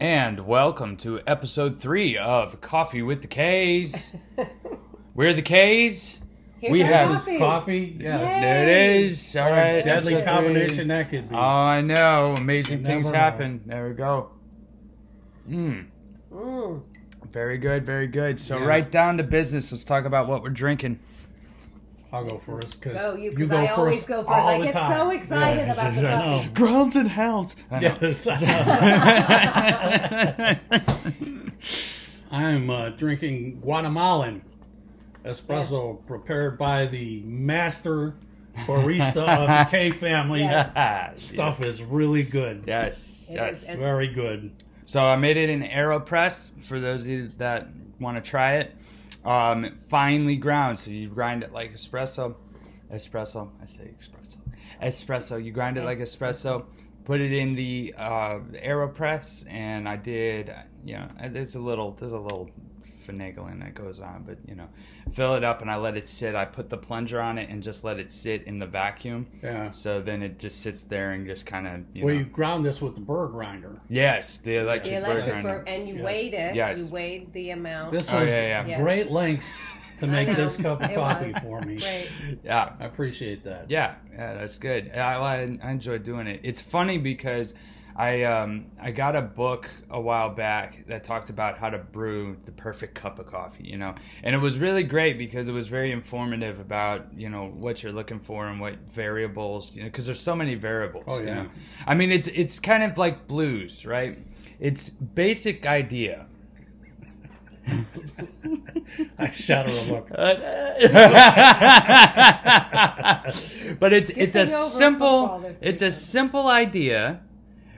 And welcome to episode three of Coffee with the K's. We're the K's. Here's We our have- coffee. coffee. Yes. There it is. All What right. a deadly episode combination three. that could be. Oh, I know. Amazing You things never know. happen. There we go. Mmm. Mm. Very good. Very good. So, Yeah. right down to business. Let's talk about what we're drinking. I'll go first because Go you, 'cause I always go first. I get so excited about the coffee. Grounds and hounds. I know. Yes, I know. I'm uh, drinking Guatemalan espresso prepared by the master barista of the K family. Yes. Stuff is really good. Yes. It Yes. is It's very good. So I made it in AeroPress for those of you that want to try it. Um, finely ground, so you grind it like espresso. Espresso, I say espresso. Espresso, you grind it like espresso. Put it in the uh, AeroPress, and I did. You know, there's a little, there's a little finagling that goes on, but you know, fill it up and I let it sit. I put the plunger on it and just let it sit in the vacuum. Yeah. So then it just sits there and just kind of. You Well, know. you ground this with the burr grinder. yes, the electric, The bird electric grinder. burp, and you Yes. weighed it. Yes. You weighed the amount. This Oh, was yeah, yeah. great lengths to make know. this cup of It coffee was. for me. Right. Yeah, I appreciate that. Yeah, yeah, that's good. I, I, I enjoy doing it. It's funny because I um I got a book a while back that talked about how to brew the perfect cup of coffee, you know, and it was really great because it was very informative about you know what you're looking for and what variables you know because there's so many variables. Oh, you yeah. know? I mean it's it's kind of like blues, right? It's basic idea. I shudder a look. Uh, but it's it's a Skipping over football simple this it's a weekend. simple idea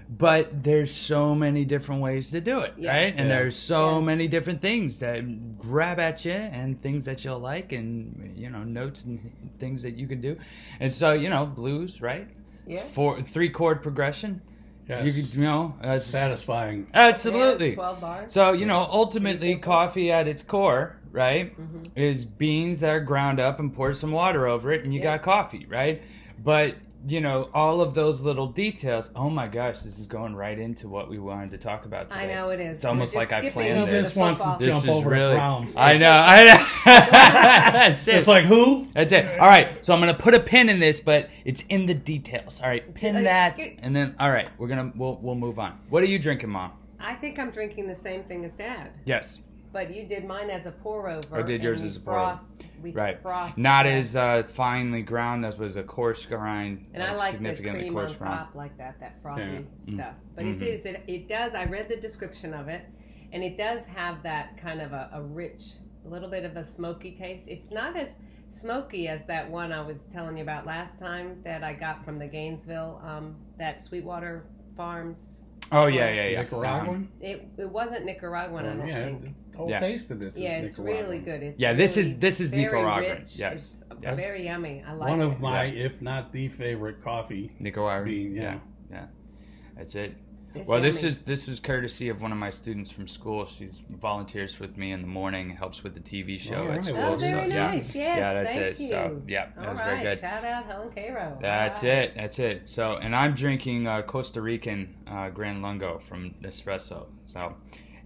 but there's so many different ways to do it Yes. right and Yeah. there's so Yes. many different things that grab at you and things that you'll like and you know notes and things that you can do and so you know blues right Yeah. it's four three chord progression Yes. you could you know that's, satisfying. absolutely Yeah, Twelve bars. so you know, Yes. ultimately, simple. coffee at its core, right, Mm-hmm. is beans that are ground up and pour some water over it, and you Yeah. got coffee, right? But you know, all of those little details. Oh my gosh, this is going right into what we wanted to talk about today. I know it is. It's almost We're just like I skipping planned over He this. just the wants to football. This Jump is over the really. Browns. I know. I know. That's it. It's like who? That's it. All right. So I'm gonna put a pin in this, but it's in the details. All right, uh, pin that, you- and then all right, we're gonna we'll we'll move on. What are you drinking, Mom? I think I'm drinking the same thing as Dad, Yes. but you did mine as a pour over. I did and yours we as a pour-over. frothed- We Right. frothed Not it. as uh, finely ground. That was a coarse grind. And uh, I like the significantly cream on coarse Mm-hmm. top ground. like that, that frothy Yeah. stuff. But it is it, it does. I read the description of it, and it does have that kind of a, a rich, a little bit of a smoky taste. It's not as smoky as that one I was telling you about last time that I got from the Gainesville, um, that Sweetwater Farms. Oh yeah, yeah, Um, yeah. Nicaraguan? It it wasn't Nicaraguan, I don't yeah, think. the whole Yeah. taste of this Yeah, is it's Nicaraguan. really good. It's Yeah, this is- really this is very Nicaraguan. rich. Yes. It's Yes. very yummy. I like One it. of my, if not the favorite coffee. Nicaraguan. Bean, yeah. yeah, yeah. That's it. It's well, this yummy. is this is courtesy of one of my students from school. She volunteers with me in the morning, helps with the TV show All at right. school. Oh, very so, yeah. nice. Yes, Yeah, that's thank it. you. So, yeah, All that was right, very good. Shout out Helen Cairo. That's it. That's it. So, and I'm drinking uh, Costa Rican uh, Gran Lungo from Nespresso. So,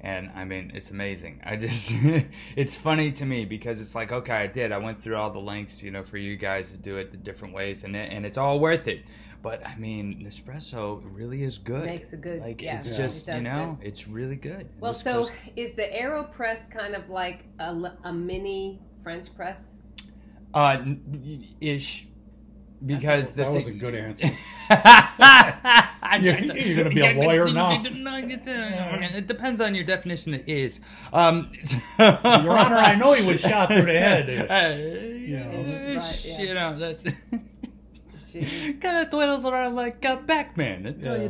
and I mean, it's amazing. I just, it's funny to me because it's like, okay, I did. I went through all the lengths, you know, for you guys to do it the different ways, and it, and it's all worth it. But I mean, Nespresso really is good. Makes a good- like yeah, it's Yeah. just it you does know, it's really good. Well, This so goes- is the AeroPress kind of like a, l- a mini French press? uh, n- y- ish, because the That thing- was a good answer. you're, you're gonna be a lawyer now. It depends on your definition of is. Um, Your Honor, I know he was shot through the head. Uh, know. Right, yeah. You know, that's Jeez. kind of twiddles around like uh, Batman until you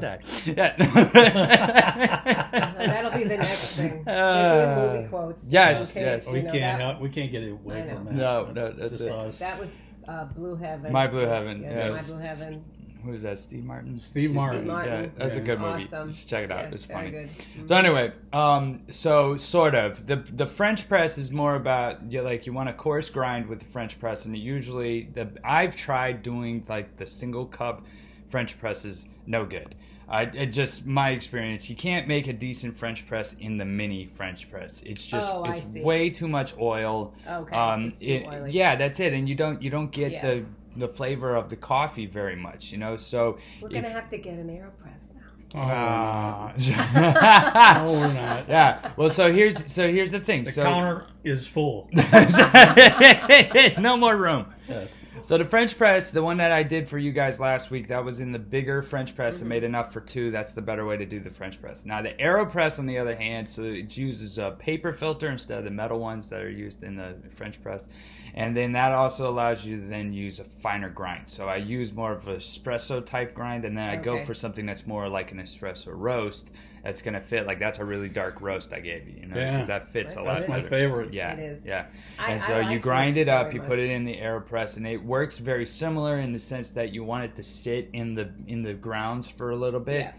Yeah. die. Yeah. That'll be the next thing. They're doing Uh, movie quotes. just yes, in case, yes. you we know, can't that, help, we can't get I away know. from that. No, no, that's just it. us. That was uh, Blue Heaven. My Blue Heaven, Yes, yes. My Blue Heaven. Who's that? Steve Martin. Steve Martin. Yeah, Martin. that's a Yeah. good movie. Awesome. You should check it out. Yes, it's very funny. good. So anyway, um, so sort of the the French press is more about you like you want a coarse grind with the French press, and usually the I've tried doing like the single cup French press is no good. I it just my experience. You can't make a decent French press in the mini French press. It's just Oh, I it's see. way too much oil. Um, Okay, it's too it- oily. yeah, that's it. And you don't you don't get Yeah. the the flavor of the coffee very much. You know, so We're gonna if- have to get an Aeropress now. Oh, we're uh, not. Ah. no, we're not. yeah. Well, so here's so here's the thing. The so counter is full. no more room. yes. So the French press, the one that I did for you guys last week, that was in the bigger French press Mm-hmm. and made enough for two. That's the better way to do the French press. Now the AeroPress, on the other hand, so it uses a paper filter instead of the metal ones that are used in the French press, and then that also allows you to then use a finer grind. So I use more of an espresso type grind, and then I go Okay. for something that's more like an espresso roast. That's gonna fit like that's a really dark roast I gave you, you know, Yeah. because that fits a That's lot. That's my better. favorite. Yeah, It is. yeah. I- and I so you like grind this it up, very you put much. it in the AeroPress, and it works very similar in the sense that you want it to sit in the in the grounds for a little bit. Yeah.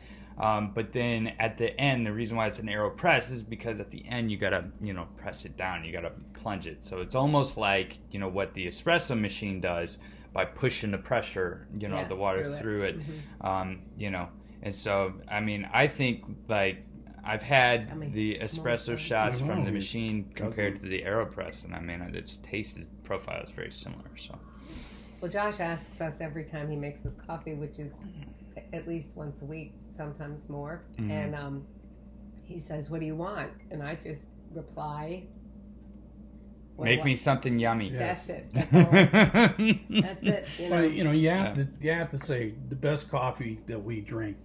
Um, but then at the end, the reason why it's an AeroPress is because at the end you gotta you know press it down, you gotta plunge it. So it's almost like you know what the espresso machine does by pushing the pressure, you know, Yeah, of the water through through it. it um, you know. And so, I mean, I think like I've had I mean, the espresso fun. shots I from know. the machine compared to the Aeropress, and I mean, its taste is- profile is very similar. So Well, Josh asks us every time he makes his coffee, which is at least once a week, sometimes more. Mhm. And um, he says, "What do you want?" And I just reply, "What do make I-" me something yummy. Yeah. That's it. That's, all I- that's it. You know. Well, you know, you have, Yeah. to, you have to say the best coffee that we drink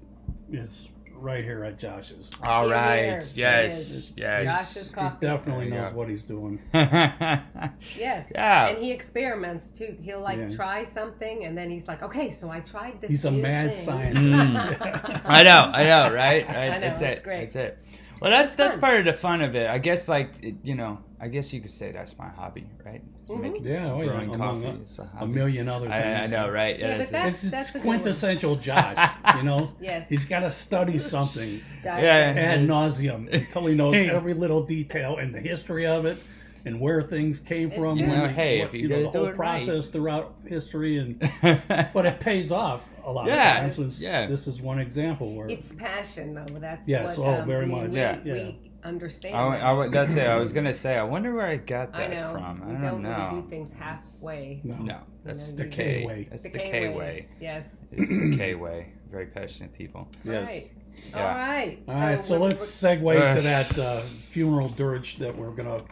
is right here at Josh's. All Here, right. here. Yes. Yes. Josh's He coffee. definitely There you knows go. what he's doing. Yes. Yeah. And he experiments too. He'll like Yeah. try something, and then he's like, "Okay, so I tried this." He's a new mad thing." scientist. Mm. I know, I know, right? Right. I know, that's it's it. great. That's it. Well, that's that's fun. part of the fun of it, I guess. Like it, you know, I guess you could say that's my hobby, right? Mhm. Making- Yeah, oh, yeah. Brewing among coffee a- is a a, hobby. million other I, things. I know, right? Yeah, but that's it. that's- It's, it's that's a good one. quintessential Josh, you know? Yes. He's got to study something Diet Yeah. coke. ad Yes. nauseum until he knows every little detail and the history of it and where things came It's from. good. and You know, hey, what- if you know, gotta the do whole it right. process throughout history and but but it pays off a lot Yeah, of times. and s- yeah. This is one example where It's passion, though. That's Yes, What, oh, um, very we- much. We, Yeah. we Yeah. understand. I, that. I, would- that's it. I was gonna say. I wonder where I got I that know. from. I we don't, know. really do things halfway. no. no, that's know, the you- K The K-way. That's the K way. Yes. It's the K way. Very passionate people. Yes. Right. Yeah. All right. All right, so we're- let's segue to Ugh. that uh, funeral dirge that we're gonna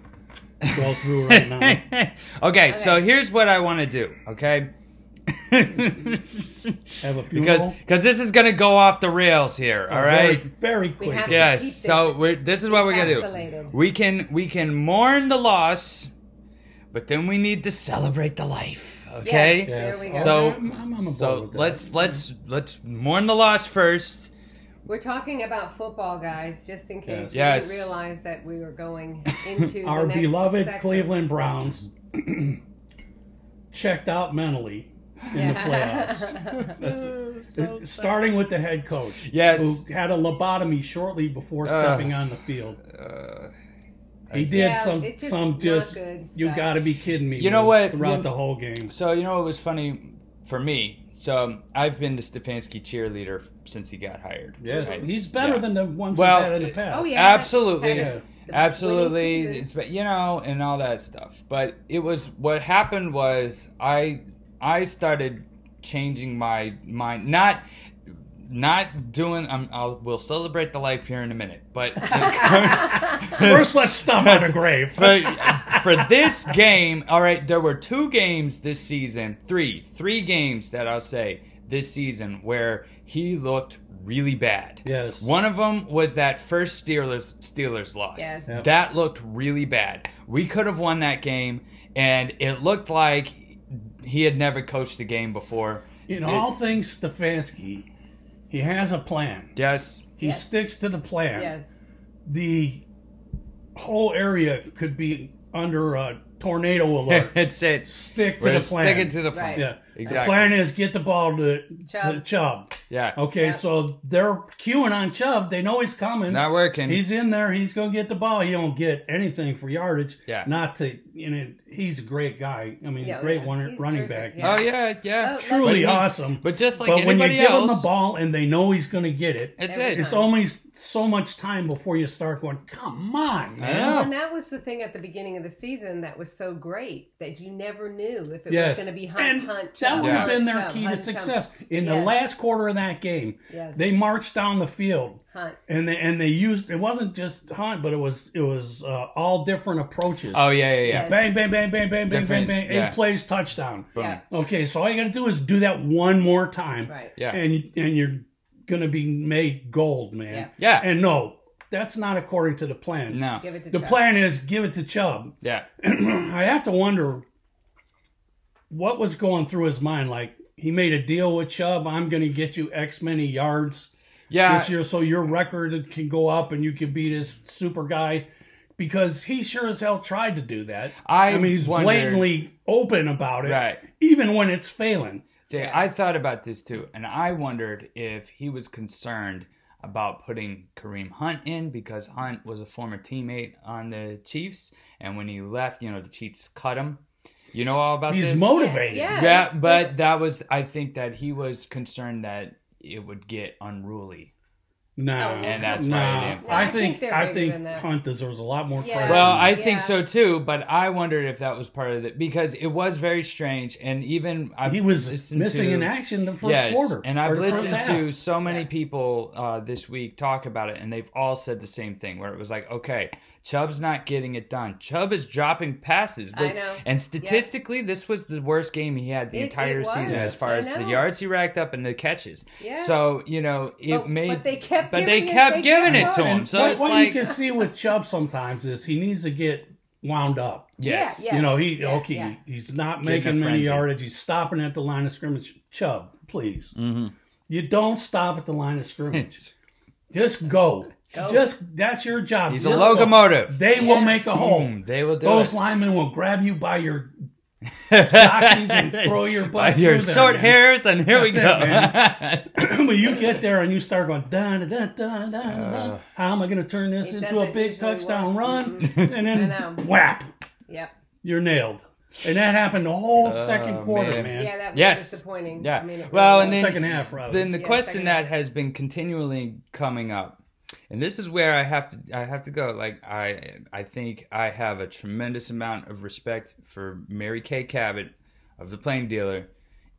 go through right now. okay, so Okay. here's what I want to do. Okay. Have a because funeral. because this is gonna go off the rails here. All very, right. very We quick. have- Yeah. Yes. Keep this So we're, this is what we're gonna do. encapsulated. We can we can mourn the loss, but then we need to celebrate the life. Okay. Yes. There we go. So- Oh, I'm, I'm on board So with that. let's let's let's mourn the loss first. We're talking about football, guys, just in case Yes. you Yes. didn't realize that we were going into our the next beloved section. Cleveland Browns checked out mentally in the playoffs. It- starting with the head coach, Yes. who had a lobotomy shortly before stepping on the field. Uh, He did Yeah, some it's just some not just good you stuff. got to be kidding me. You know moves what? Throughout You- the whole game, so you know it was funny for me. So I've been the Stefanski cheerleader since he got hired. yes, Right? he's better Yeah. than the ones Well, we've had in the it- past. Oh, yeah. Absolutely. Yeah. The absolutely winning it's but you know and all that stuff but it was what happened was i i started changing my mind not not doing um, I'll, we'll celebrate the life here in a minute but First, let's stomp on a grave. for, for this game, all right, there were two games this season, three, three games that I'll say this season where he looked really bad. Yes. One of them was that first Steelers Steelers loss. Yes. Yep. That looked really bad. We could have won that game and it looked like he had never coached a game before. In It- all things Stefanski, he has a plan. Yes. He Yes. sticks to the plan. Yes. the whole area could be under a tornado alert. it's it. Stick to We're the plan. sticking to the plan. Right. yeah. The Exactly. plan is get the ball to to Chubb. Chubb. Yeah. Okay, Yeah. so they're queuing on Chubb. They know he's coming. Not working. He's in there. He's gonna get the ball. He don't get anything for yardage. Yeah. Not to. You know, he's a great guy. I mean, Yeah, great yeah. one, He's running terrific, back. oh yeah. He's yeah, yeah. Oh, Truly But he- awesome. But just like but when you anybody give him else, the ball and they know he's gonna get it, it's Every it. it's time. almost so much time before you start going. Come on, I man. know. And that was the thing at the beginning of the season that was so great that you never knew if it Yes. was going to be hunt, And hunt, that Chubb, would have hunt, been their Chubb, key to hunt, Chubb, success. In the Yes. last quarter of that game, Yes. they marched down the field. hunt. and they and they used it wasn't just hunt, but it was it was uh, all different approaches. Oh yeah, yeah, yeah. bang bang bang bang bang bang bang Different- bang. Eight yeah. plays touchdown. Boom. Yeah. Okay, so all you got to do is do that one more time, Right. Yeah. and and you're gonna be made gold, man. Yeah. And no, that's not according to the plan. No. Give it to the Chubb. plan is give it to Chubb. Yeah. I have to wonder what was going through his mind. Like he made a deal with Chubb. I'm gonna get you X many yards Yeah. this year, so your record can go up and you can be this super guy. Because he sure as hell tried to do that. I mean, he's wondered- blatantly open about it, Right. even when it's failing. See, Yeah. I thought about this too, and I wondered if he was concerned about putting Kareem Hunt in because Hunt was a former teammate on the Chiefs, and when he left, you know, the Chiefs cut him. You know all about He's this? motivated. Yeah, yeah, it's- but that was I think that he was concerned that it would get unruly. No, Oh, And that's no. why they- I No, I think think they're I bigger think than that. Hunt deserves a lot more Yeah. credit. Well, than I that. think Yeah. so too, but I wondered if that was part of it because it was very strange, and even I he was missing in action the first quarter. And or I've the first listened half. to so many Yeah. people uh, this week talk about it, and they've all said the same thing where it was like, okay, Chubb's not getting it done. Chubb is dropping passes. I know. And statistically, this was the worst game he had the It- it entire was. season as far I as the know. yards he racked up and the catches. Yeah. So, you know, it But- made. but they kept but giving they it- kept they giving it kept to going. him. So what, it's what like. you can see with Chubb sometimes is he needs to get wound up. yes. Yeah, yeah. You know, he Yeah, okay, yeah. he's not Getting making a many frenzy. yardage. He's stopping at the line of scrimmage. Chubb, please. Mhm. You don't stop at the line of scrimmage. Just go. Just that's your job. He's a Just Go. locomotive. They will make a home. Boom. Mm, They will do Those it. linemen will grab you by your jockeys and throw By your butt your through there, short man. hairs, and here we That's go. it, when you get there and you start going da da da da da, da Uh. how am I going to turn this It into a doesn't big usually touchdown work. Mm-hmm. run? Mhm. And I then know. whap, Yep. you're nailed. And that happened the whole second Oh, quarter, man. man. Yeah, that was Yes. disappointing. Yeah. I mean, it Well, really and was. then- second half, rather. then the Yeah, question second that half. has been continually coming up and this is where i have to i have to go like i i think i have a tremendous amount of respect for mary kay cabot of the plain dealer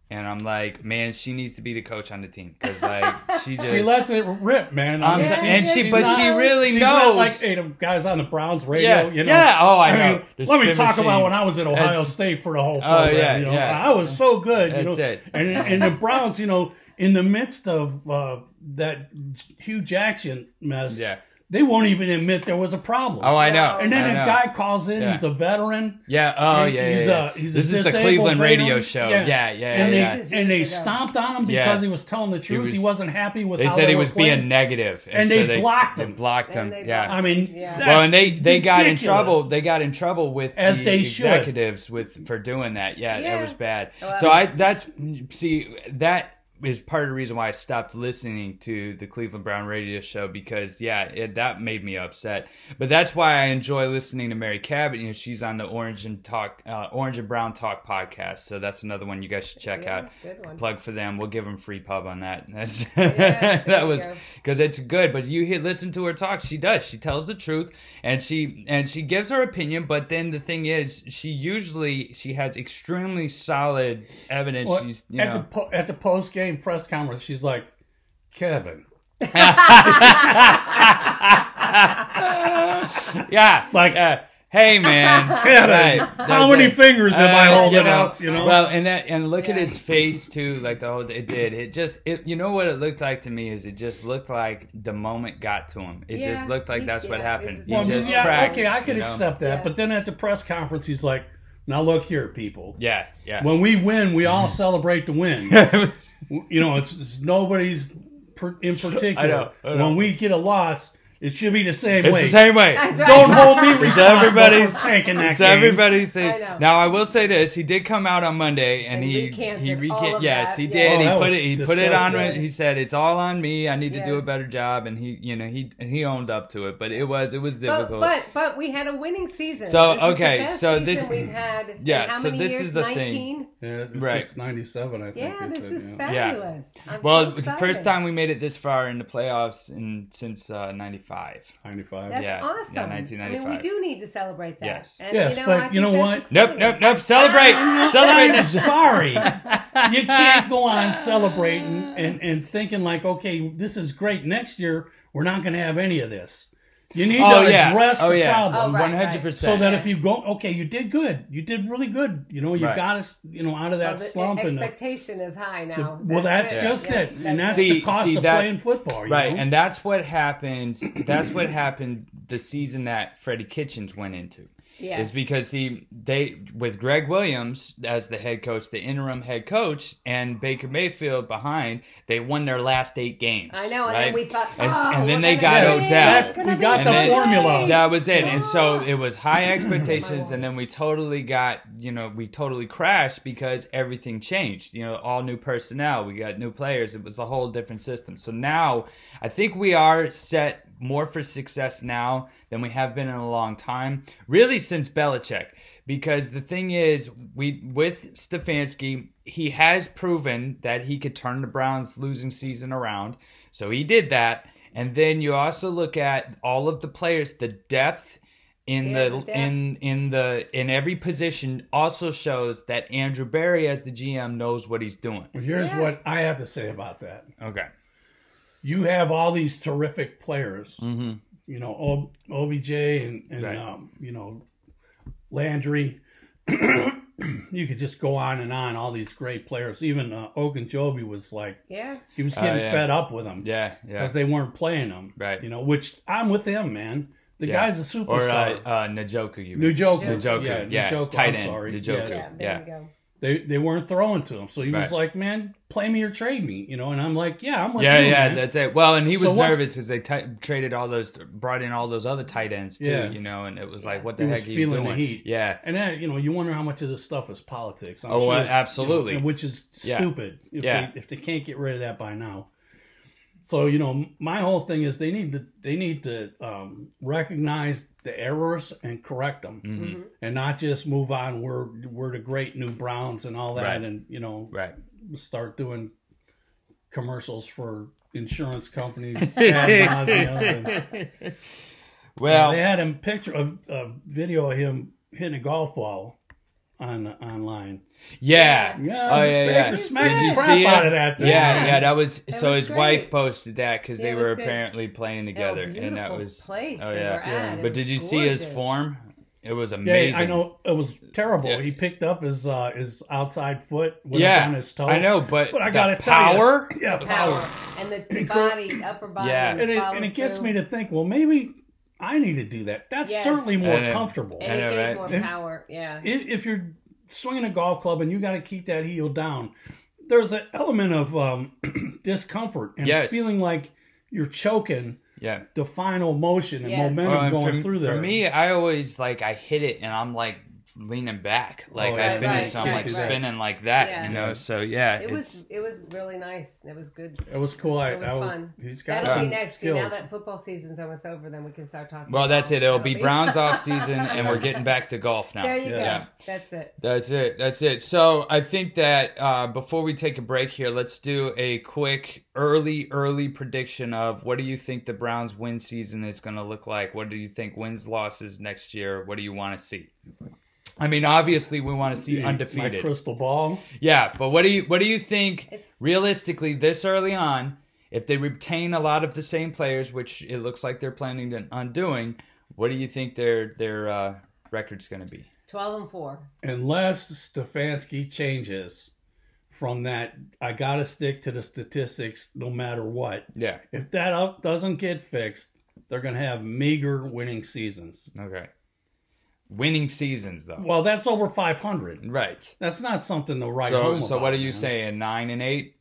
and i'm like man she needs to be the coach on the team because like she just she lets it rip, man. I I'm mean, Yeah, t- and she's she but not- she really she's knows not like hey, the guys on the Browns radio. yeah you know, yeah oh i, know mean, The let me spin talk about machine. when I was at Ohio That's- State for the whole Oh, program. yeah, you know, yeah. I was so good. You That's know, it. and and the Browns, you know, in the midst of uh, that Hugh Jackson mess, yeah they won't even admit there was a problem. oh i know and then I a know. guy calls in. Yeah. He's a veteran. yeah oh he- yeah, yeah, he's yeah. a- he's a this is the disabled cleveland veteran. radio show Yeah. yeah yeah yeah, And yeah. This is they and they years ago. stomped on him Yeah. because he was telling the truth. He, was- was, not happy with. They how said they he were was playing. being negative, And so they blocked they him. blocked And him. they yeah. blocked I mean, Yeah. that's well, and they they got in ridiculous. trouble. They got in trouble with As the they should. executives with for doing that. Yeah, Yeah. it was bad. Well, so I that's- that's see that is part of the reason why I stopped listening to the Cleveland Brown radio show because yeah, it, that made me upset. But that's why I enjoy listening to Mary Cabot. You know, she's on the Orange and Talk, uh, Orange and Brown Talk podcast. So that's another one you guys should check Yeah, out Good one. plug for them. We'll give them free pub on that. That's there that you was go. because it's good. But you hear, listen to her talk. She does. She tells the truth, and she and she gives her opinion. But then the thing is, she usually she has extremely solid evidence. Well, She's you at the know po- at the post game press conference, she's like, Kevin, yeah Like- uh, hey man Kevin, Right. how That's many it. fingers am I Uh, holding you know, up? You know, Well, and that and look at Yeah. his face too. Like the whole it did. It just it. You know what it looked like to me is it just looked like the moment got to him. It just Yeah, looked like he- that's what yeah, happened. it's He Well, I mean, just yeah, cracked. okay, I could you know? accept that. Yeah. But then at the press conference, he's like, now look here, people. Yeah, yeah. Mm-hmm. When we win, we all celebrate the win. you know, it's, it's nobody's per- in particular. I know, I know. When we get a loss, It should be the same It's way. the same way. That's right. Don't hold me It's responsible everybody's for tanking that It's game. everybody's I thing. know. Now I will say this: he did come out on Monday, and, And he recanted he all of Yes, that, he yeah. did. Oh, he that put was it. He put it on. disgusting. He said, "It's all on me. I need to do a Yes. better job." And he, you know, he he owned up to it. But it was it was But, difficult. but but we had a winning season. So, This is the okay, best so season this- we've had. in yeah, How so many this years? is the thing. 19? Yeah, this Right. is 97, I think. Yeah, they this said, is yeah. Yeah. fabulous. I'm well, so it was the excited. first time we made it this far in the playoffs in since uh, '95. 95. That's yeah, yeah, awesome. I mean, 1995. we do need to celebrate that. Yes. And, Yes, you know, but I think you know that's what? Nope, exciting. nope, nope. Celebrate, celebrate I'm this. Oh, sorry. You can't go on celebrating and, and thinking like, okay, this is great. Next year, we're not going to have any of this. You need Oh to yeah, address oh the yeah, problem. Oh, right, one hundred So percent. that if you go, okay, you did good. You did really good. You know, you Right. got us, you know, out of that Well, the slump. And the, expectation is high now. the- well, that's Yeah. just Yeah. it, and that's See- the cost see of that- playing football, you Right, know? and that's what happened. That's what happened the season that Freddie Kitchens went into. Yeah. Is because he they with Greg Williams as the head coach, the interim head coach, and Baker Mayfield behind, they won their last eight games. I know, and right? then we thought, and, s- oh, and then we're they got gonna win. Odell. That's- It's gonna we be got the great. formula. That was it. And so Yeah. it was high expectations, Wow. and then we totally got, you know, we totally crashed because everything changed. You know, all new personnel, we got new players. It was a whole different system. So now I think we are set more for success now than we have been in a long time, really since Belichick. Because the thing is, we with Stefanski, he has proven that he could turn the Browns' losing season around. So he did that. And then you also look at all of the players, the depth in Yeah, the the depth. in in the in every position also shows that Andrew Barry as the GM knows what he's doing. Well, here's Yeah. what I have to say about that. Okay. You have all these terrific players, Mm-hmm. you know, O- OBJ and, and Right. um, you know, Landry. you could just go on and on. All these great players. Even uh, Ogunjobi was like Yeah. he was Oh, getting yeah. fed up with them. Yeah. Yeah. because they weren't playing him. Right. You know, which I'm with him, man. The Yeah. guy's a Or uh, superstar. uh, Najoku, you New mean. Joker. Njoku, yeah, Njoku, tight I'm end, sorry. Njoku. Yeah. Yes. There Yeah. you go. They they weren't throwing to him. So he Right. was like, Man, play me or trade me, you know, and I'm like, Yeah, I'm with Yeah, you. yeah, man." that's it. Well, and he So was what's- nervous because they t- traded all those, brought in all those other tight ends too, Yeah. you know, and it was like, what the He heck was are you feeling doing? the heat. Yeah, and then, you know, you wonder how much of this stuff is politics. I'm Oh, sure uh, it's, you know, absolutely. and which is Yeah. stupid if, Yeah. they, if they can't get rid of that by now. So, you know, my whole thing is they need to they need to um, recognize the errors and correct them. Mm-hmm. hmm and not just move on. We're we're the great new Browns and all that, Right. and you know, right. start doing commercials for insurance companies. ad nauseam. And- Well, they had him picture of a video of him hitting a golf ball on online. Yeah. Yeah, oh yeah, they yeah. could smack Did the you crap see it? out of that thing. Yeah, Yeah. yeah. That was That so. was his great. wife posted that because Yeah, they it were was good. apparently playing together, and that beautiful was place Oh they yeah. were at. It But did was you see his gorgeous. form? It was Yeah, amazing. I know it was terrible. Yeah. He picked up his uh, his outside foot, went Yeah, up on his toe. I know, but, but I the gotta tell you- power. yeah, power. Power and the And cor- body, upper body. Oh. Yeah. and it, and it gets me to think well maybe i need to do that that's Yes. certainly more And it- comfortable And I it know, gave right? more If- power. Yeah. I- if you're swinging a golf club and you got to keep that heel down there's an element of um, discomfort and Yes. feeling like you're choking Yeah. the final motion and Yes. momentum Well, going for, through there for me, I always like I hit it and I'm like leaning back, like Oh, I yeah. finish, Right, I'm right, like right. spinning like that, Yeah. you know. So yeah, It it's- was it was really nice. It was good. it was cool I, It was I was fun. he's got That'll be some next. See, skills now that football season's almost over, then we can start talking. Well, about that's it. It'll be MLB. Browns off season, and we're getting back to golf now. There you go. Yeah. That's it. That's it. That's it. So I think that uh, before we take a break here, let's do a quick early, early prediction of what do you think the Browns win season is going to look like? What do you think wins losses next year? What do you want to see? I mean, obviously we want to see My undefeated. crystal ball Yeah, but what do you what do you think It's- realistically this early on, if they retain a lot of the same players, which it looks like they're planning to- on doing, what do you think their their uh, record's going to be? Twelve and four. unless Stefanski changes from that I got to stick to the statistics no matter what Yeah. If that up doesn't get fixed, they're going to have meager winning seasons. Okay. Winning seasons though. Well, that's over 500. Right. That's not something to write So home so about, what are you man. saying? Nine and eight,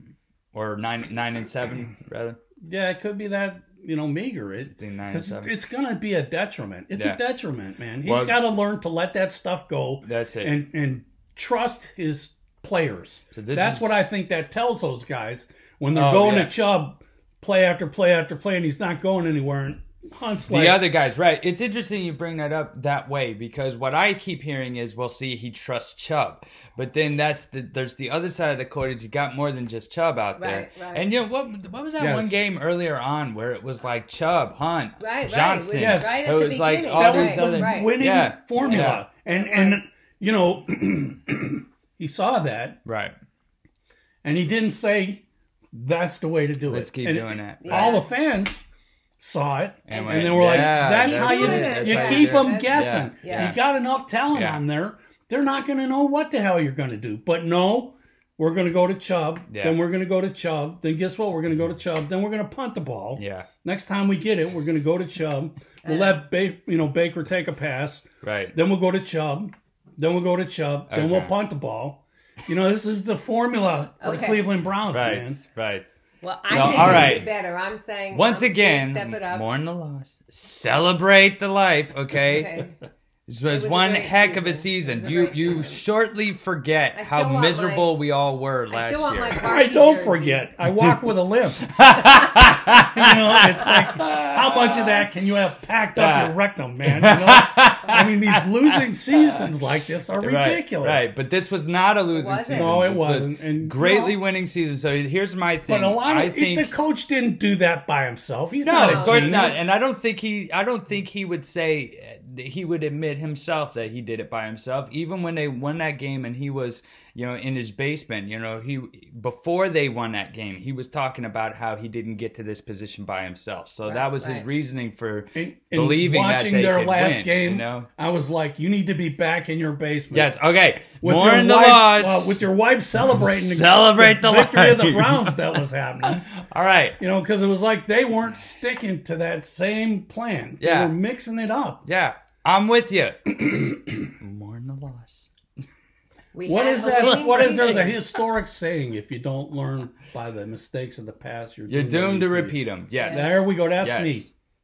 or nine nine and seven rather? Yeah, it could be that. you know meager it Between nine and because seven. it's gonna be a detriment. It's Yeah. a detriment, man. He's Well- got to learn to let that stuff go That's it. and and trust his players. So this That's is- what I think that tells those guys when they're Oh, going yeah. to Chubb play after play after play, and he's not going anywhere. And Hunt's the like, other guys, right? It's interesting you bring that up that way because what I keep hearing is, well, see, he trusts Chubb, but then that's the there's the other side of the coin is you got more than just Chubb out there, Right, right. and you know what? What was that Yes. one game earlier on where it was like Chubb, Hunt, Right, right. It Johnson? was Yes. right at it the was like beginning. all that Right, these was other the right. winning Yeah, formula. And and was. you know, he saw that right. and he didn't say that's the way to do it. Let's keep And doing it. All the fans saw it And and, went, they were like, "Yeah, "That's, that's how you it. That's you how you do keep it." them That's- guessing. Yeah. Yeah. You got enough talent Yeah. on there; they're not going to know what the hell you're going to do." But no, we're going to go to Chubb. Yeah. Then we're going to go to Chubb. Then guess what? We're going to go to Chubb. Then we're going to punt the ball. Yeah, Next time we get it, we're going to go to Chubb. We'll let ba- you know Baker take a pass. right. Then we'll go to Chubb. Then we'll go to Chubb. Then we'll Okay. punt the ball. You know, this is the formula for the Okay. Cleveland Browns, Right, man. right. Well, I No, think all it'd right. be better. I'm saying Once I'm- again, step it up. mourn the loss, celebrate the life. Okay, Okay. this was, It was a one great heck of a season. season. It was a You great you season. shortly I forget still how want miserable my- we all were I last still want year. my I Barkey don't jersey. forget. I walk with a limp. you know, it's like how much of that can you have packed up your rectum, man? You know? I mean, these losing seasons like this are Right, ridiculous. Right, but this was not a losing wasn't. season. No, it This was wasn't. And Greatly no, winning season. So here's my thing. but a lot of I think the coach didn't do that by himself. He's no, not a of course genius. not. And I don't think he. I don't think he would say that he would admit himself that he did it by himself. Even when they won that game, and he was, you know, in his basement. You know, he before they won that game, he was talking about how he didn't get to this position by himself. So that was his right. reasoning for And- and believing watching that they their could last win, game, You know. I was like, "You need to be back in your basement." Yes. Okay. with Mourn your the wife, loss. uh, with your wife celebrating the, Celebrate the victory of the life. Browns that was happening. All right. You know, because it was like they weren't sticking to that same plan. Yeah. they were mixing it up. Yeah. I'm with you. Mourn the loss. We What had is a that? winning What is there's a season. historic saying: if you don't learn by the mistakes of the past, you're You're doomed to repeat them. Yes. There we go. That's Yes. me.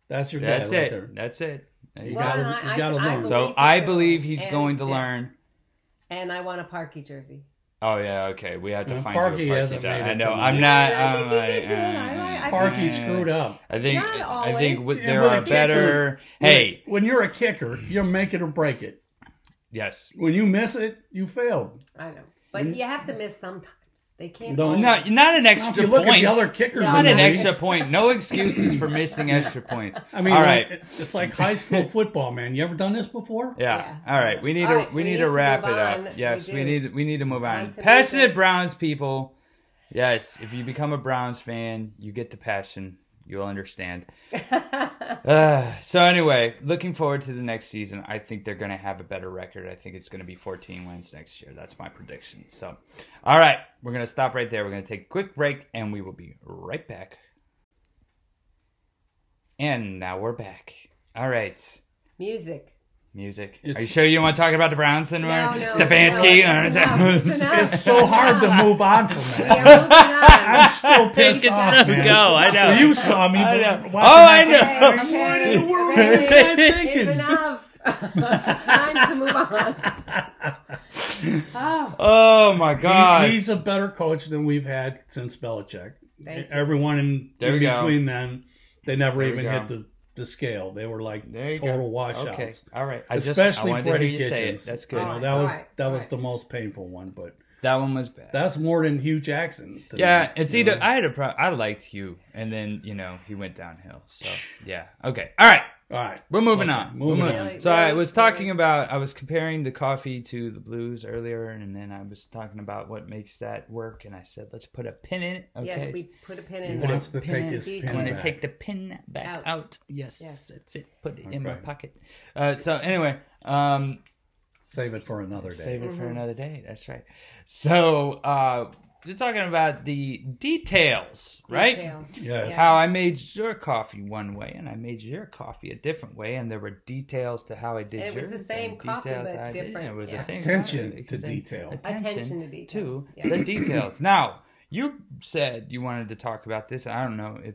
That's your That's dad right it. there. That's it. There you You go. Well, gotta- and you I- gotta I- I learn. believe So he's I gonna- believe he's and going to yes. learn. And I want a Parky jersey. Oh yeah, okay. We have to Well, find you a Parky Parky hasn't job. made I it know. to I'm me. not. Yeah, I I'm think he like, did good. I like- I uh, Parky uh, screwed up. I think. Not I think always. w- Yeah, there with a are kicker. better. Hey. when you're a kicker, you make it or break it. Yes. When you miss it, you failed. I know, but you have to miss sometimes. They can't. No, always- No, not an Now, if extra you look point. at the other kickers, Not Not in the an league, extra point. No excuses for missing extra points. I mean, all like, right. it's like high school football, man. You ever done this before? Yeah. All right. We need All to right, we we need need to to wrap move it on. up. We Yes, we, do. need we need to move on. On to the Passionate good. Browns people. Yes, if you become a Browns fan, you get the passion. You'll understand. Uh, so anyway, looking forward to the next season. I think they're going to have a better record. I think it's going to be 14 wins next year. That's my prediction. So, all right, we're going to stop right there. We're going to take a quick break, and we will be right back. And now we're back. All right. Music. Music. Are you It's- sure you don't want to talk about the Browns anymore? No, no, Stefanski? no, it's enough, it's enough. It's so hard to move on from We are that. moving on. I'm still pissed It's off. enough. man. Go, I know. You saw me. I know. but Oh, why I did know. Okay, What in the world okay, was I thinking? It's enough. Time to move on. Oh, Oh my god. He- he's a better coach than we've had since Belichick. Thank you. Everyone in, There in we go. between them, they never There we even go. hit the, the scale. They were like There you go. total washouts. Okay. All right. I just, I Especially wanted to Freddie hear you say it. Kitchens. That's good. You know, All that right, was all right, that all was right. the most painful one, but That one was bad. that's more than Hugh Jackson. to me, yeah, it's you either know? I had a pro- I liked Hugh, and then you know he went downhill. So yeah, okay, all right, All right. we're moving Okay, on. moving We're on. Really, So I really, was talking really. about I was comparing the coffee to the blues earlier, and then I was talking about what makes that work, and I said let's put a pin in it. Okay. yes, we put a pin He in. wants that. to Pin take it. his Pin pin it. I'm gonna back. take the pin back out. Out. Yes, Yes. that's it. Put it in my Okay. pocket. Uh, so anyway, um, Save it for another day. save it Mm-hmm. for another day. That's right. So uh, you're talking about the details, right? Details. Yes. How I made your coffee one way and I made your coffee a different way, and there were details to how I did It was yours the same and coffee, details but I did, and It different, was yeah. the same Attention coffee, to same- detail. Attention to details, to yeah. the details. Now you said you wanted to talk about this. I don't know if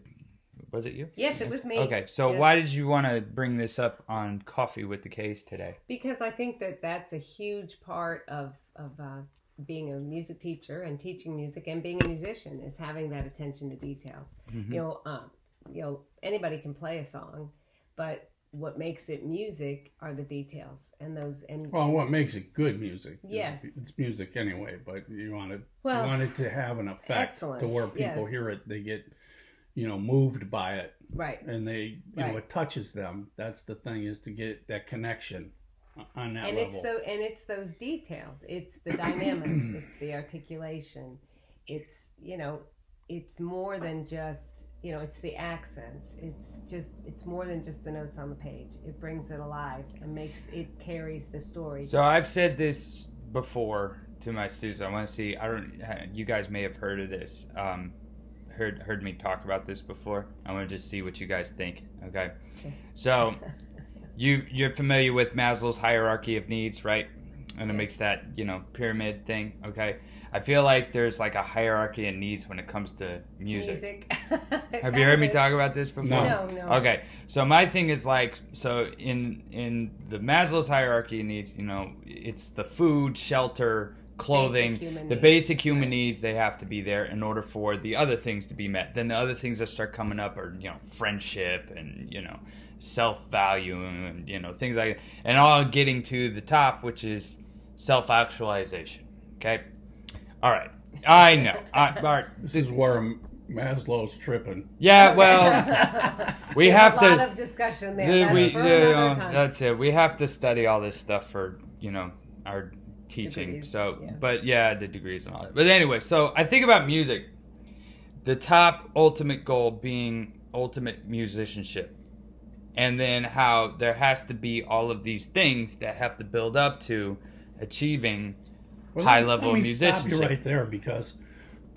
Was it you? Yes, it was me. Okay, so Yes. why did you want to bring this up on Coffee with the Case today? Because I think that that's a huge part of of uh, being a music teacher and teaching music and being a musician is having that attention to details. Mm-hmm. You know, um, you know, anybody can play a song, but what makes it music are the details and those and Well, what makes it good music? is Yes. it's music anyway, but you want it Well, you want it to have an effect excellent, to where people yes. hear it, they get you know moved by it, right. and they you know Right. it touches them. That's the thing is to get that connection on that and level. it's so and it's those details it's the dynamics it's the articulation it's you know it's more than just you know it's the accents it's just it's more than just the notes on the page it brings it alive and makes it carries the story So I've said this before to my students. I want to see. I don't. You guys may have heard of this. Um, heard heard me talk about this before. I want to just see what you guys think. Okay. Okay. So you you're familiar with Maslow's hierarchy of needs, right? And it Yes. makes that you know pyramid thing. Okay. I feel like there's like a hierarchy of needs when it comes to music. Have you heard me talk about this before? No, no. Okay, so my thing is like, so in in the Maslow's hierarchy of needs, you know, it's the food, shelter, clothing, Basic human the needs. basic human needs. They have to be there in order for the other things to be met. Then the other things that start coming up are you know friendship and you know self value and you know things like and all getting to the top, which is self actualization. Okay, all right, I know, I, all right. this is where M- Maslow's tripping. Yeah, well. We There's have a to. lot of discussion there Did That's we- for yeah, another um, time. that's it. We have to study all this stuff for you know our teaching. Degrees, so, yeah. but yeah, the degrees and all that. But anyway, so I think about music. The top ultimate goal being ultimate musicianship, and then how there has to be all of these things that have to build up to achieving. Well, High let- level let me Stop you musicianship. right there because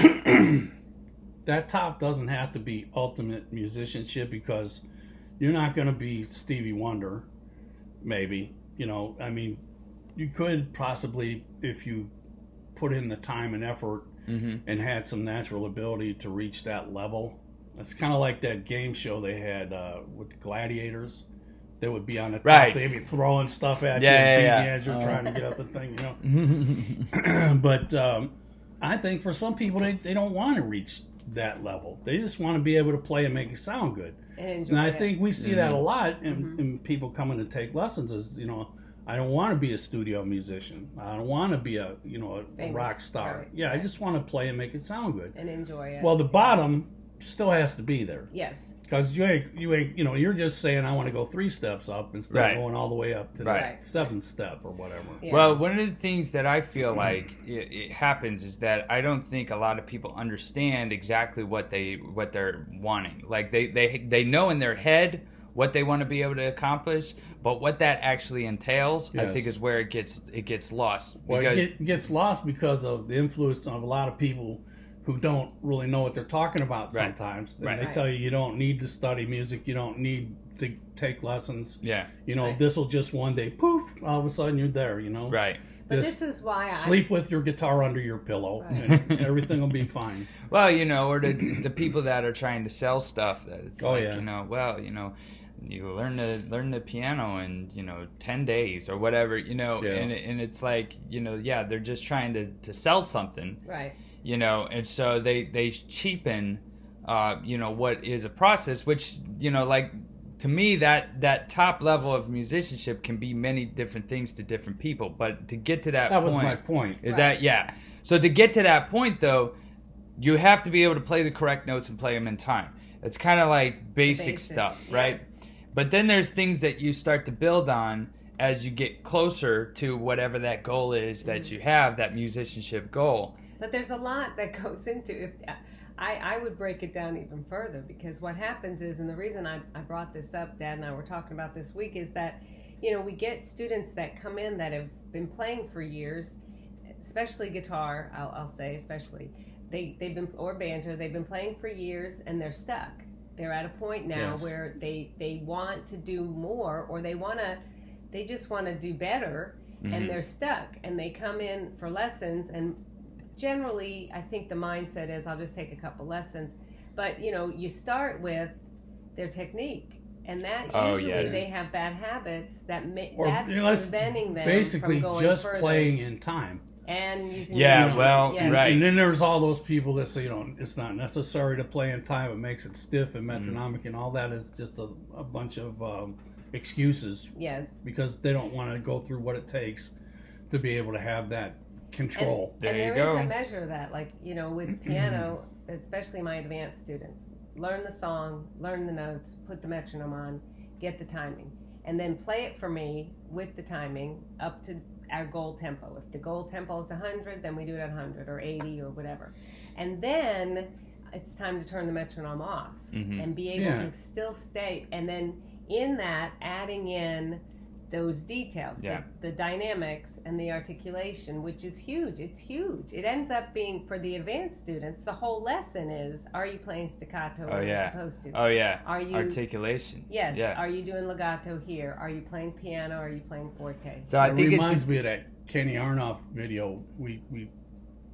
that top doesn't have to be ultimate musicianship because you're not going to be Stevie Wonder, maybe. You know, I mean, you could possibly, if you put in the time and effort Mhm. and had some natural ability to reach that level. It's kind of like that game show they had uh, with the gladiators. They would be on the top. Right. They'd be throwing stuff at Yeah, you, and yeah, beating yeah. you as you're trying to get up the thing, you know. but um, I think for some people, they, they don't want to reach that level. They just want to be able to play and make it sound good. and, enjoy And I it. think we see that a Mm-hmm. lot in, Mm-hmm. in people coming to take lessons is, you know, I don't want to be a studio musician. I don't want to be a, you know, a Famous, rock star. right, Yeah, I right. just want to play and make it sound good. and enjoy it Well, the bottom still has to be there yes because you ain't, you ain't, you know, you're just saying I want to go three steps up instead Right. of going all the way up to Right. Right. the seventh step or whatever. yeah. Well, one of the things that I feel like it, it happens is that I don't think a lot of people understand exactly what they what they're wanting. Like they they they know in their head what they want to be able to accomplish, but what that actually entails, I Yes. think, is where it gets it gets lost. Well, because it get, gets lost because of the influence of a lot of people who don't really know what they're talking Right. about sometimes. And Right. They tell you you don't need to study music, you don't need to take lessons. yeah, You know, Right. this will just one day poof, all of a sudden you're there, you know. right. but Just this is why I sleep with your guitar under your pillow Right. and everything will be fine. Well, you know, or the the people that are trying to sell stuff that it's Oh, like, yeah. you know, well, you know, you learn to learn the piano in, you know, 10 days or whatever, you know, Yeah. and it- and it's like, you know, yeah, they're just trying to to sell something, right you know, and so they they cheapen uh, you know, what is a process which, you know, like to me that that top level of musicianship can be many different things to different people, but to get to that, That was point, my point. is Right. that yeah? So to get to that point, though, you have to be able to play the correct notes and play them in time. It's kind of like basic Basis. stuff, right? Yes. But then there's things that you start to build on as you get closer to whatever that goal is Mm-hmm. that you have, that musicianship goal. But there's a lot that goes into it. I, I would break it down even further because what happens is, and the reason I, I brought this up, Dad and I were talking about this week, is that, you know, we get students that come in that have been playing for years, especially guitar, I'll, I'll say, especially. They, they've been, or banjo, they've been playing for years and they're stuck. They're at a point now Yes. where they, they want to do more or they want to, they just want to do better Mm-hmm. Mm-hmm. and they're stuck and they come in for lessons and generally i think the mindset is i'll just take a couple lessons but you know you start with their technique. And that Oh, usually yes. they have bad habits that may, Or that's you know, that's preventing them basically from going just further playing in time. and using Yeah, the- well, yes. right. And then there's all those people that say, you know, it's not necessary to play in time. It makes it stiff and Mm-hmm. metronomic, and all that is just a, a bunch of um, excuses Yes. because they don't want to go through what it takes to be able to have that control. There and you there go. is a measure of that, like you know, with piano, especially my advanced students, learn the song, learn the notes, put the metronome on, get the timing, and then play it for me with the timing up to our goal tempo. If the goal tempo is 100, then we do it at 100 or 80 or whatever, and then it's time to turn the metronome off Mhm. and be able Yeah. to still stay, and then in that adding in those details, Yeah. the, the dynamics and the articulation, which is huge. It's huge. It ends up being for the advanced students. The whole lesson is: Are you playing staccato? Oh, where yeah. You're supposed to. Oh yeah. Are you? Articulation. yes. Yeah. Are you doing legato here? Are you playing piano? Are you playing forte? So I it think reminds it's me of that Kenny Arnoff video. We we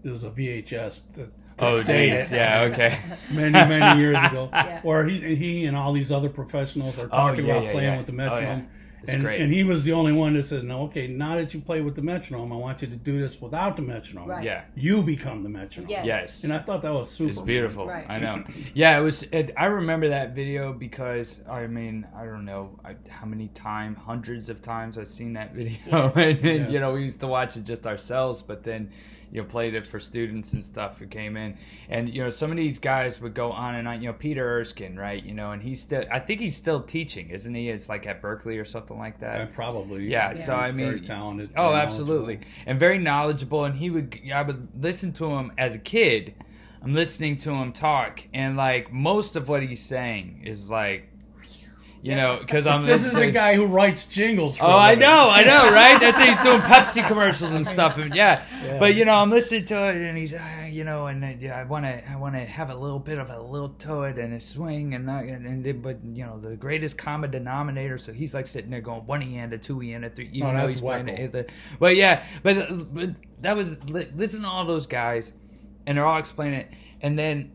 it was a VHS to, to Oh date jeez. it Yeah, okay. many many years ago, Yeah. where he he and all these other professionals are talking yeah, about yeah, playing yeah. with the Oh, yeah. metronome. It's And, great. and he was the only one that says, "No, okay. Now that you play with the metronome, I want you to do this without the metronome. Right. yeah. You become the metronome." Yes. Yes. And I thought that was super. It's beautiful. Right. I know. Yeah, it was. It, I remember that video because I mean, I don't know I, how many times, hundreds of times I've seen that video, and, and, you Yes. know, we used to watch it just ourselves, but then you know, played it for students and stuff who came in, and you know, some of these guys would go on and on. You know, Peter Erskine, right? You know, and he's still. I think he's still teaching, isn't he? It's like at Berkeley or something like that. I probably. Yeah, He's so I mean- very talented. Oh, very absolutely, knowledgeable. and very knowledgeable. And he would, I would listen to him as a kid. I'm listening to him talk, and like most of what he's saying is like, you know, because I'm. This is a listening- guy who writes jingles. For Oh, a I living. know, I know, right? That's how he's doing Pepsi commercials and stuff, and yeah. Yeah. But you know, I'm listening to it, and he's, ah, you know, and I, yeah, I want to, I want to have a little bit of a little to it and a swing, and not, and, and then- but you know, the greatest common denominator. So he's like sitting there going one e and a two e and a three, even Oh, though that's he's playing wacko. the eighth. But yeah, but but that was li- listen to all those guys, and they're all explaining it, and then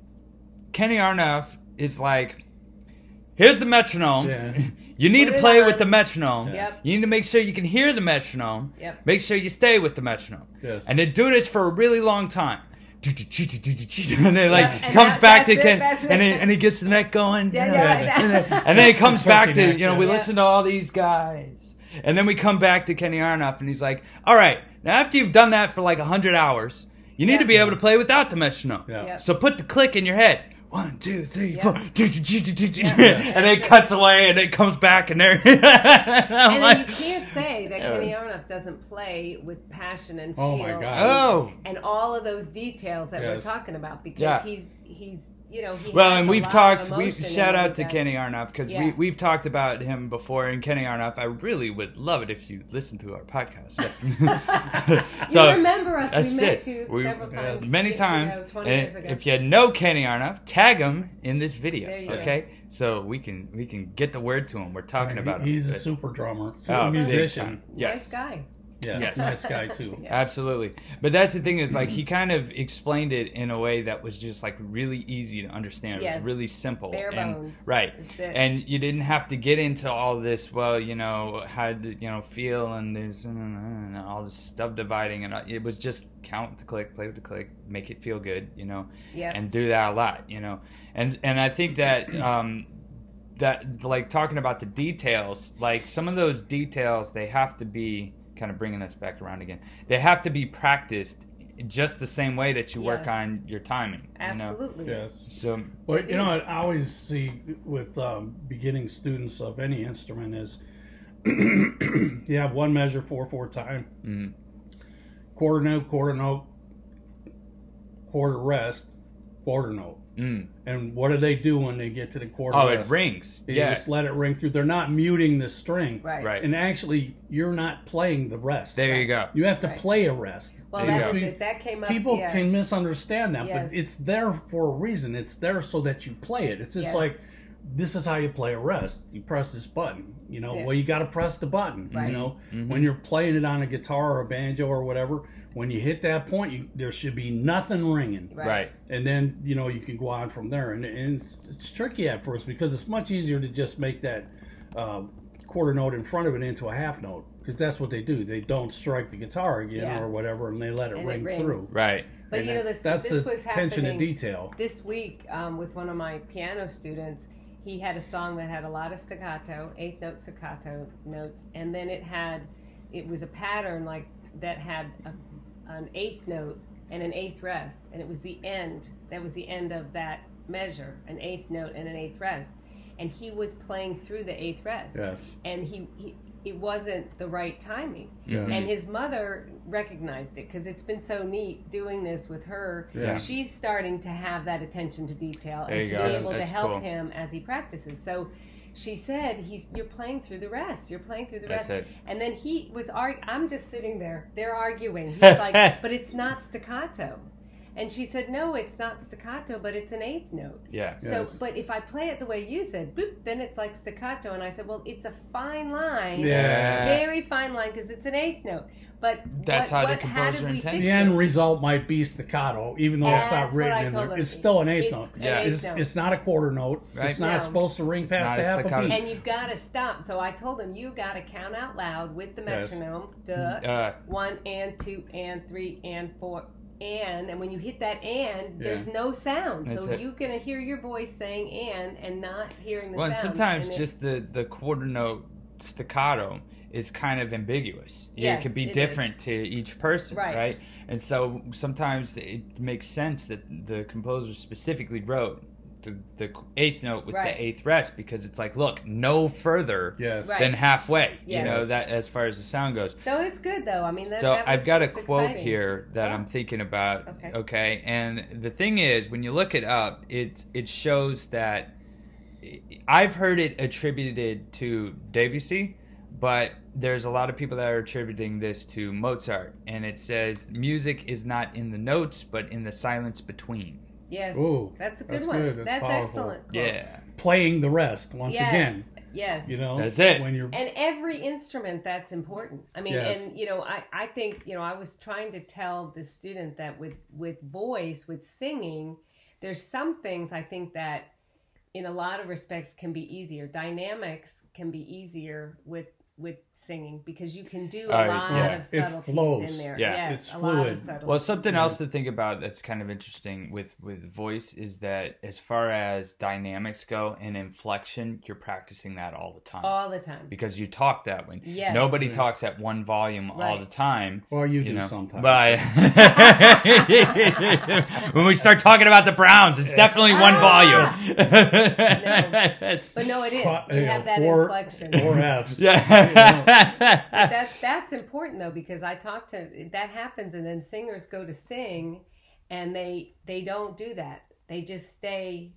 Kenny Arnoff is like. Here's the metronome. Yeah. You need Put to it play on. with the metronome. Yep. You need to make sure you can hear the metronome. Yep. Make sure you stay with the metronome. Yes. And then do this for a really long time. And then like Yep, and comes that- back to that's it, Ken, that's it. and then, and he gets the neck going. Yeah, yeah, yeah. And, then, and then it comes Turkey back to neck, you know yeah. we Yeah. listen to all these guys, and then we come back to Kenny Aronoff, and he's like, "All right, now after you've done that for like hundred hours, you need Yeah. to be able to play without the metronome. Yeah. Yep. So put the click in your head. One, two, three, Yeah. four. And then it cuts away and it comes back and there. and and then you can't say that Kenny Aronoff doesn't play with passion and feel. Oh, my God. Oh. And all of those details that Yes. we're talking about because Yeah. he's he's you know he Well, has and a we've lot talked. of We emotion in shout what out he to does. Kenny Arnoff because we Yeah. we've talked about him before. And Kenny Arnoff, I really would love it if you listen to our podcast. Yes. you remember us? that's we met it. you We- several times, many years ago, times. 20 and years ago. If you know Kenny Arnoff, tag him in this video. There you go. Okay, so we can we can get the word to him. We're talking He- about him. He's a But- super drummer, super Oh, big musician. time. Yes. nice guy. Yeah, Yes. nice guy too. Yeah. Absolutely. But that's the thing is like he kind of explained it in a way that was just like really easy to understand. It Yes. was really simple. Bare and, bones. Right. That's it. And you didn't have to get into all this, well, you know, how to, you know, feel and there's uh, and all this stuff dividing and all- it was just count the click, play with the click, make it feel good, you know Yeah, and do that a lot, you know. And and I think that um that like talking about the details, like some of those details they have to be kind of bringing us back around again. They have to be practiced just the same way that you work Yes. on your timing, you know. absolutely. Yes. So Well, you know, what I always see with um, beginning students of any instrument is you have one measure four four time, Mhm. quarter note, quarter note, quarter rest, quarter note. mm. And what do they do when they get to the quarter? oh, it rest? rings. They yeah. just let it ring through. They're not muting the string, Right. Right. And actually, you're not playing the rest. There you go. You have to Right. play a rest. Well, There you that go. was it. That came up. People yeah. can misunderstand that, Yes. but it's there for a reason. It's there so that you play it. It's just Yes. like this is how you play arrest. You press this button. You know, Yeah. well, you got to press the button. Right. You know, when you're playing it on a guitar or a banjo or whatever, when you hit that point, you, there should be nothing ringing. Right. right. And then you know you can go on from there. And, and it's, it's tricky at first because it's much easier to just make that uh, quarter note in front of it into a half note because that's what they do. They don't strike the guitar again Yeah. or whatever, and they let it And it ring rings. through. Right. But And you know, that's, this, that's this the was attention to happening detail. this week um, with one of my piano students. He had a song that had a lot of staccato, eighth note staccato notes, and then it had, it was a pattern like that had a, an eighth note and an eighth rest, and it was the end. That was the end of that measure, an eighth note and an eighth rest, and he was playing through the eighth rest, Yes. and he, he it wasn't the right timing. Yes. And his mother recognized it because it's been so neat doing this with her. Yeah. She's starting to have that attention to detail There you and to go. be able That's to help cool. him as he practices. So she said, "He's you're playing through the rest. You're playing through the That's it. rest." And then he was arg- I'm just sitting there. They're arguing. He's like, "But it's not staccato." And she said, "No, it's not staccato, but it's an eighth note." Yeah. So, Yes. but if I play it the way you said, boop, then it's like staccato. And I said, well, it's a fine line Yeah. very fine line because it's an eighth note. But That's what, how the what, how did composer we intended. fix The it? end result might be staccato, even though it's That's not what written I in told there. him. It's still an eighth It's note. an Yeah. eighth It's, note. it's not a quarter note. Right. It's not No. supposed to ring past not the a half a staccato. beat. and you've got to stop. So I told him you got to count out loud with the Yes. metronome. Duh. Uh, One and two and three and four and and when you hit that and Yeah. there's no sound That's so it. you're gonna hear your voice saying and and not hearing the well, and sound sometimes And it- just the the quarter note staccato is kind of ambiguous. Yes, it can be it different to each person, Right. right. And so sometimes it makes sense that the composer specifically wrote the, the eighth note with Right. the eighth rest because it's like, look, no further yes. Right. than halfway. You Yes. know that as far as the sound goes. so it's good though i mean that, So that was- I've got a it's quote exciting. here that Yeah. I'm thinking about. Okay. Okay. And the thing is, when you look it up, it it shows that I've heard it attributed to Debussy, but there's a lot of people that are attributing this to Mozart. And it says music is not in the notes, but in the silence between. yes Ooh, that's a good that's one good. That's powerful. excellent Yeah, Playing the rest once yes again. yes You know, That's it. When you're and every instrument that's important i mean Yes. and you know I, I think you know i was trying to tell the student that with with voice with singing there's some things i think that in a lot of respects can be easier dynamics can be easier with with singing because you can do a Uh, lot yeah. of It subtleties in flows. there Yeah. Yes, It's a lot fluid. of subtleties. Well, something else to think about that's kind of interesting with with voice is that as far as dynamics go and inflection, you're practicing that all the time all the time because you talk that way. Yes. Nobody Yeah. talks at one volume all Right. the time. well, you, You do know, sometimes. But when we start talking about the Browns, it's definitely one Ah! volume. but no it is Qua- you you know, have that four- inflection Four Fs. yeah. that that's important though because I talk to that happens and then singers go to sing and they they don't do that. They just stay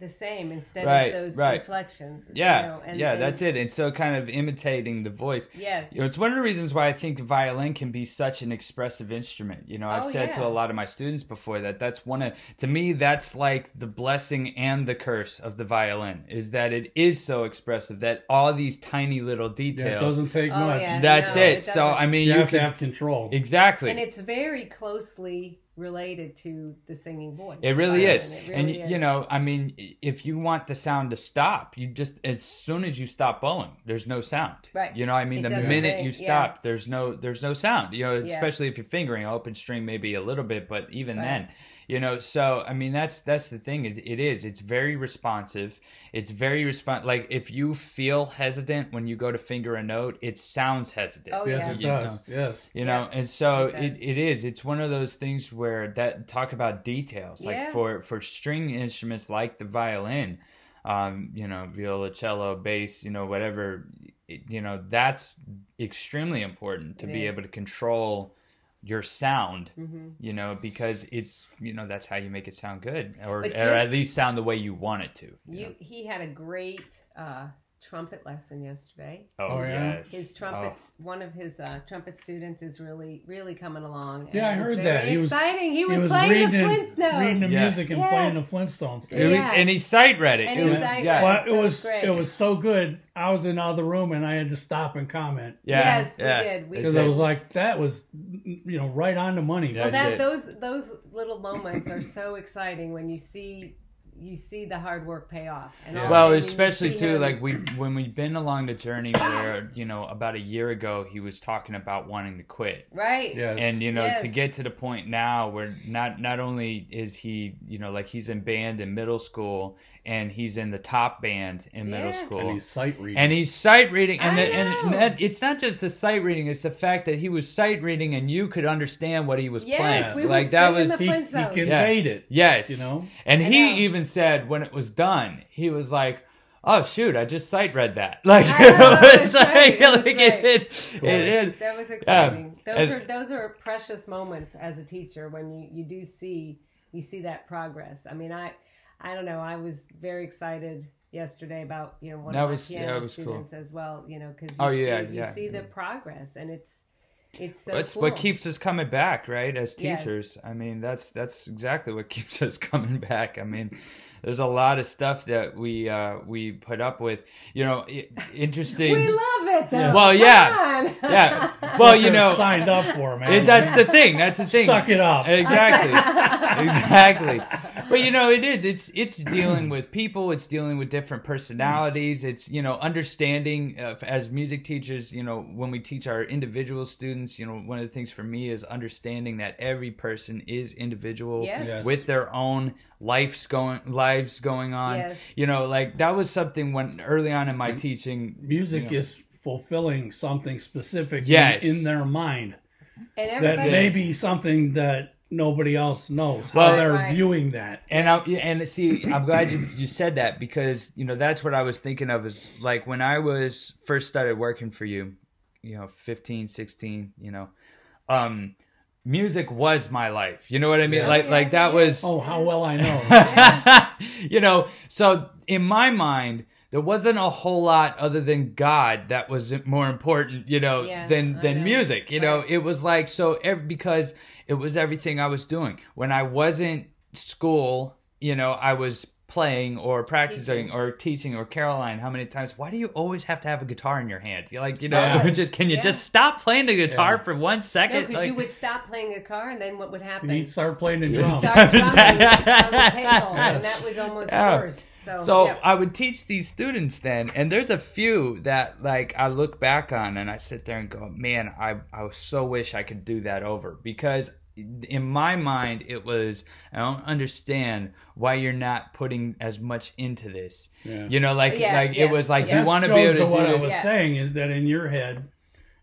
the same instead Right, of those right. inflections. you Yeah, know, and- yeah, and- that's it. And so kind of imitating the voice. Yes. You know, it's one of the reasons why I think violin can be such an expressive instrument. You know, I've Oh, said yeah. to a lot of my students before that that's one of to me that's like the blessing and the curse of the violin is that it is so expressive that all these tiny little Yeah, it details. doesn't take Oh, much. yeah. that's No, it. it so doesn't. I mean, You you, have can to have control. exactly. and it's very closely related to the singing voice. It really violin. is. It and really y- is. you know, I mean, i- if you want the sound to stop, you just as soon as you stop bowing, there's no sound. Right. You know, I mean, It the doesn't minute ring, you yeah. stop, there's no there's no sound. You know, Yeah. especially if you're fingering open string, maybe a little bit, but even Right. then, you know. So I mean, that's that's the thing. It, it is. It's very responsive. It's very respon. Like if you feel hesitant when you go to finger a note, it sounds hesitant. Oh, Yes, yeah. it You know? does. Yes. you know and so it it, does. it is it's one of those things where that talk about details Yeah. like for for string instruments like the violin um you know viola cello bass you know whatever it, you know that's extremely important to It be is. able to control your sound Mhm. you know because it's you know that's how you make it sound good or, But or just- at least sound the way you want it to you know? You he had a great uh trumpet lesson yesterday. Oh, Oh, yeah? Oh. yes. His trumpets, one of his uh, trumpet students is really, really coming along. and Yeah, I it was heard very that. He was- exciting. He was, playing the Flintstones. reading the Yeah. music and Yes. playing the Flintstones. It was, Yeah. and he sight read it. And it he was, sight yeah. read Well, That it sounds was great. it was so good. I was in the other room and I had to stop and comment Yeah, Yes, we yeah. did. We It's because did. I it. was like, that was you know right on the money. Yeah. Well, That's that it. those those little moments are so exciting when you see you see the hard work pay off. And all Well, that, and you especially see too, him- like we when we've been along the journey where you know about a year ago he was talking about wanting to quit, right. Yes. and you know to Yes. get to the point now where not not only is he you know like he's in band in middle school and he's in the top band in middle Yeah. school, And he's sight reading. and he's sight reading and, I the, and know. that, it's not just the sight reading it's the fact that he was sight reading and you could understand what he was Yes, playing we were like that singing was the he, he Flintstones. conveyed it. yes You know? and I know. he even said when it was done he was like oh shoot i just sight read that like I know, it's that's right, like, that's like right. it, it, Cool. it- That was exciting. And- Those are those are precious moments as a teacher when you you do see you see that progress. I mean, I I don't know. I was very excited yesterday about you know one That of my was- yeah, piano it was cool. students as well. You know, because Oh, yeah, see, yeah, you see the yeah. progress, and it's it's so that's cool. what keeps us coming back right as Yes. teachers i mean that's that's exactly what keeps us coming back i mean there's a lot of stuff that we uh we put up with you know i interesting we love it. Though. Yeah. Well, Come yeah. on. Yeah. Well, you Should've know, signed up for man. It, that's the thing. That's the thing. Suck it up. Exactly. exactly. But you know, it is. It's it's dealing with people. It's dealing with different personalities. It's you know understanding uh, as music teachers. You know, when we teach our individual students, you know, one of the things for me is understanding that every person is individual Yes. Yes. with their own lives going lives going on. Yes. You know, like that was something when early on in my teaching. Music is fulfilling something specific in- Yes. in, their mind and that everybody. may be something that nobody else knows Well- how they're Right. viewing that. And I and see, I'm glad you, you said that because you know that's what I was thinking of is like when I was first started working for you, you know, 15, 16, you know, um, music was my life. You know what I mean? Yes. Like like that was, Oh, how well I know. you know. So in my mind, there wasn't a whole lot other than God that was more important, you know, Yeah, than I than know. music. You know, Right. it was like so ev- because it was everything I was doing when I wasn't school. You know, I was playing or practicing Teaching. or teaching or Caroline. How many times? Why do you always have to have a guitar in your hand? You're like, you know, Yeah. just can you Yeah. just stop playing the guitar Yeah. for one No, second? because Like- you would stop playing a car, and then what would happen? He started playing the Yes. drums. Start drumming on the table, and Yes. that was almost Yeah. worse. So, So yeah. I would teach these students then, and there's a few that like I look back on and I sit there and go, man, I I so wish I could do that over because in my mind it was I don't understand why you're not putting as much into this. Yeah. You know, like Yeah, like yes, it was like yes. you want to This be goes able to what I do was this. Yeah. saying is that in your head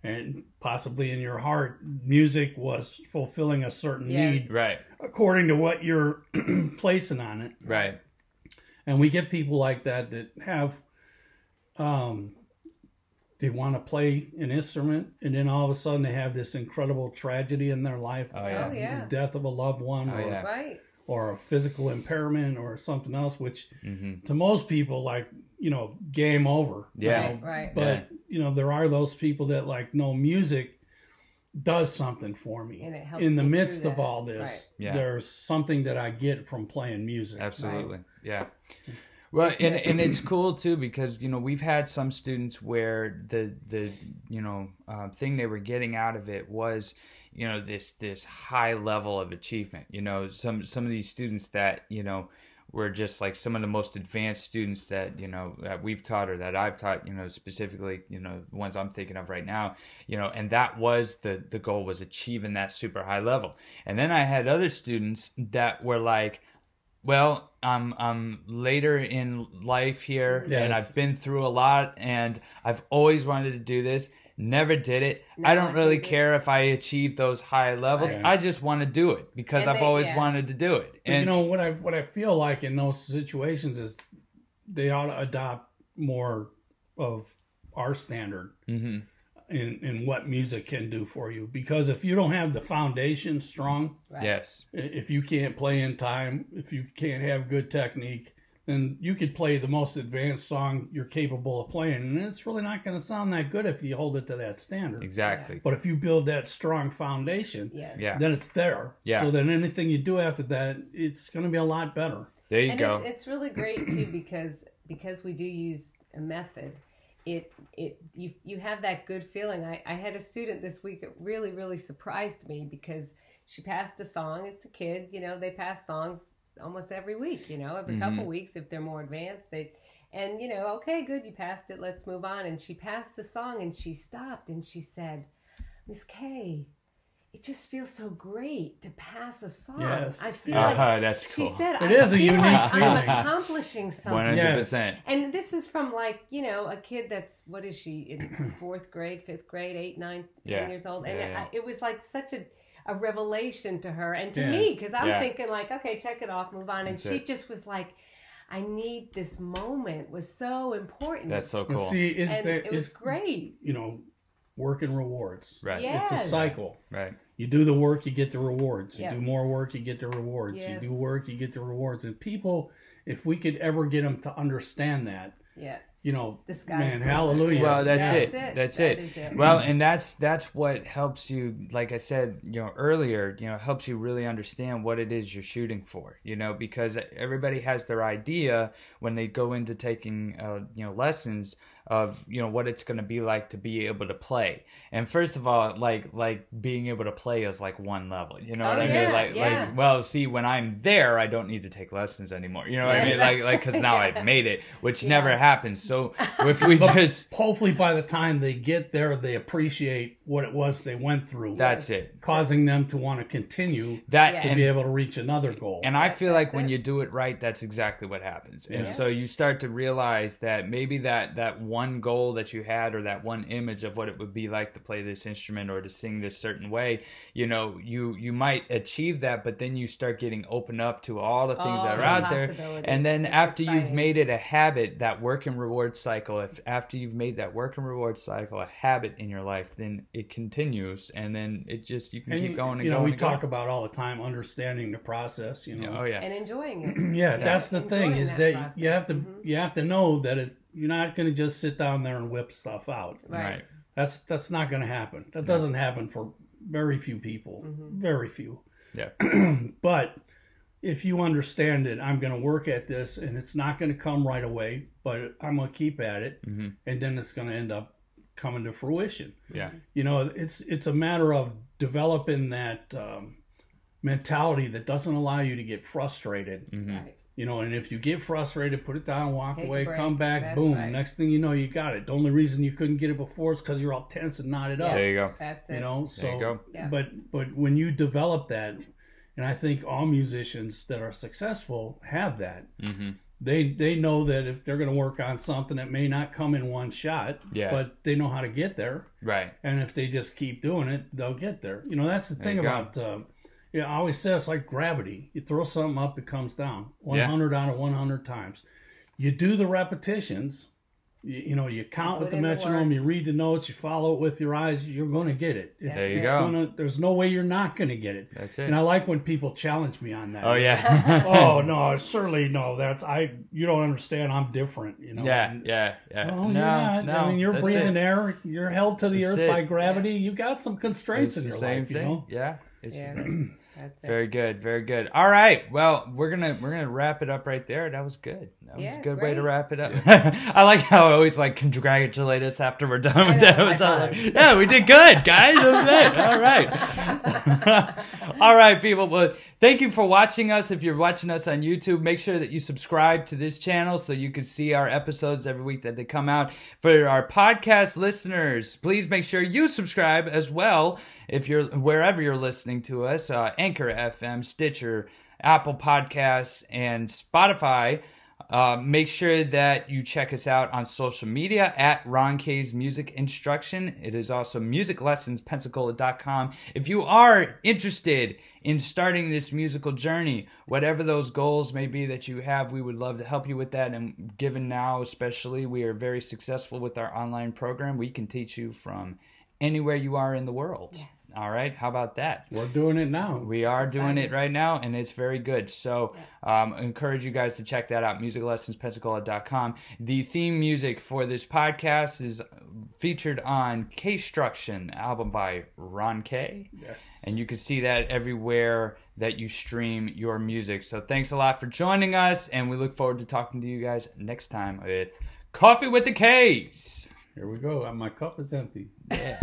and possibly in your heart, music was fulfilling a certain Yes. need Right, according to what you're placing on it. right. And we get people like that that have, um, they want to play an instrument, and then all of a sudden they have this incredible tragedy in their life. Oh, yeah. Oh, yeah. The death of a loved one, Oh, or, yeah. right, or a physical impairment, or something else, which hmm to most people, like, you know, game over. you Yeah. know. right. But, Yeah. you know, there are those people that, like, no, music does something for me. And it helps in the me through midst of that. all this, Right. Yeah. there's something that I get from playing music. Absolutely. Yeah. Well, and and it's cool too because you know we've had some students where the the you know um, thing they were getting out of it was you know this this high level of achievement. You know some some of these students that you know were just like some of the most advanced students that you know that we've taught or that I've taught. You know specifically you know the ones I'm thinking of right now. You know and that was the the goal was achieving that super high level. And then I had other students that were like well i'm i'm later in life here and Yes. i've been through a lot and i've always wanted to do this never did it i Now don't I really can do it. care if i achieve those high levels Right. i just want to do it because And i've they- always yeah. wanted to do it But, and you know what I what I feel like in those situations is they ought to adopt more of our standard Mhm. in in what music can do for you because if you don't have the foundation strong, right. yes i- if you can't play in time, if you can't have good technique, and you could play the most advanced song you're capable of playing, and it's really not going to sound that good if you hold it to that standard. Exactly. But if you build that strong foundation, Yeah. Yeah. then it's there. Yeah. So then anything you do after that, it's going to be a lot better. There you and go. It's, it's really great too because because we do use a method. It it you you have that good feeling. I I had a student this week that really really surprised me because she passed a song. It's a kid, you know. They pass songs almost every week. You know, every Mm-hmm. couple weeks if they're more advanced. They and you know, okay, good, you passed it. Let's move on. And she passed the song and she stopped and she said, Miss Kay. It just feels so great to pass a song. Yes. I feel Uh-huh, like that's she cool. said, It "I is a feel unique like feeling. I'm accomplishing One something. hundred percent. And this is from like you know a kid that's what is she in fourth grade, fifth grade, eight, nine, ten Yeah. years old, and Yeah, yeah. I, it was like such a a revelation to her and to Yeah. me because I'm Yeah. thinking like, okay, check it off, move on, and That's she it. just was like, I need this moment was so important. That's so But cool. see, it's and there, it was it's, great. you know, work and rewards. Right. Yeah. It's a Yes. cycle. Right. You do the work, you get the rewards. You Yeah. do more work, you get the rewards. Yes. You do work, you get the rewards. And people, if we could ever get them to understand that, Yeah, you know, The sky's man, the limit. hallelujah. Well, that's Yeah. it. That's it. That's That it. is it. Well, and that's that's what helps you. Like I said, you know earlier, you know helps you really understand what it is you're shooting for. You know because everybody has their idea when they go into taking uh, you know lessons of you know what it's going to be like to be able to play. And first of all, like like being able to play is like one level. You know Oh, what I yeah, mean? Like yeah. like well, see, when I'm there, I don't need to take lessons anymore. You know what Yeah, I mean? exactly. Like like because now Yeah. I've made it, which Yeah. never happens. So if we But just hopefully by the time they get there, they appreciate what it was they went through, That's Yes. it. causing them to want to continue That Yeah. to and, be able to reach another goal. and I That- feel like that's when it. you do it right, that's exactly what happens. And Yeah. so you start to realize that maybe that that one goal that you had or that one image of what it would be like to play this instrument or to sing this certain way, you know, you you might achieve that, but then you start getting opened up to all the things All that are Oh, the out there. possibilities. And then It's after you've exciting. made it a habit, that work and reward cycle, if after you've made that work and reward cycle a habit in your life, then it continues and then it just you can And, keep going and you know, going. we and talk going. about all the time understanding the process. You know, Oh yeah. and enjoying it. yeah, that's the Enjoying thing is that that, process. you have to Mhm. you have to know that it, you're not going to just sit down there and whip stuff out. Right. That's that's not going to happen. That doesn't happen for very few people. Mhm. Very few. Yeah. but if you understand it, I'm going to work at this, and it's not going to come right away, but I'm going to keep at it, Mm-hmm. and then it's going to end up coming to fruition. Yeah. You know, it's it's a matter of developing that um, mentality that doesn't allow you to get frustrated. Mm-hmm. Right. You know, and if you get frustrated, put it down, walk Take a away, break. come back, That's boom. right. Next thing you know, you got it. The only reason you couldn't get it before is because you're all tense and knotted up Yeah. There you go. That's it. you know so There you go. Yeah. but but when you develop that and i think all musicians that are successful have that Mm-hmm. they they know that if they're going to work on something that may not come in one shot Yeah. but they know how to get there Right. and if they just keep doing it they'll get there you know that's the thing you go. about uh, you know, i always say it's like gravity you throw something up it comes down 100 out of 100 times you do the repetitions you, you know you count Put with the in the metronome work. you read the notes you follow it with your eyes you're going to get it it's, There you it's go. Gonna, there's no way you're not going to get it That's it. and i like when people challenge me on that oh yeah. oh no certainly no that's i you don't understand i'm different you know Yeah. And- Yeah. Yeah. no. no, Oh, you're not. No. I mean, you're that's breathing it. air. You're held to the That's earth it. by gravity. You got some constraints It's in the your same life, thing. you know. Yeah. It's the Yeah. same. That's it. Very good. Very good. All right. Well, we're gonna we're gonna wrap it up right there. That was good. That was Yeah, a good way to great. wrap it up. I like how I always like congratulate us after we're done with know, that. high It's all like, five. yeah, we did good, guys. That's it. All right. all right, people. Well, thank you for watching us. If you're watching us on YouTube, make sure that you subscribe to this channel so you can see our episodes every week that they come out. For our podcast listeners, please make sure you subscribe as well if you're wherever you're listening to us, uh, Anchor FM, Stitcher, Apple Podcasts, and Spotify. Uh, make sure that you check us out on social media at Ron K's Music Instruction. It is also musiclessonspensacola.com. If you are interested in starting this musical journey, whatever those goals may be that you have, we would love to help you with that. And given now, especially, we are very successful with our online program. We can teach you from anywhere you are in the world. Yes. All right, how about that? We're doing it now. We are doing exciting. it right now, and it's very good. So, um, I encourage you guys to check that out. MusicLessonsPensacola.com. The theme music for this podcast is featured on K-Struction, album by Ron K. Yes. And you can see that everywhere that you stream your music. So, thanks a lot for joining us, and we look forward to talking to you guys next time with Coffee with the K's. Here we go. Uh, My cup is empty. Yeah.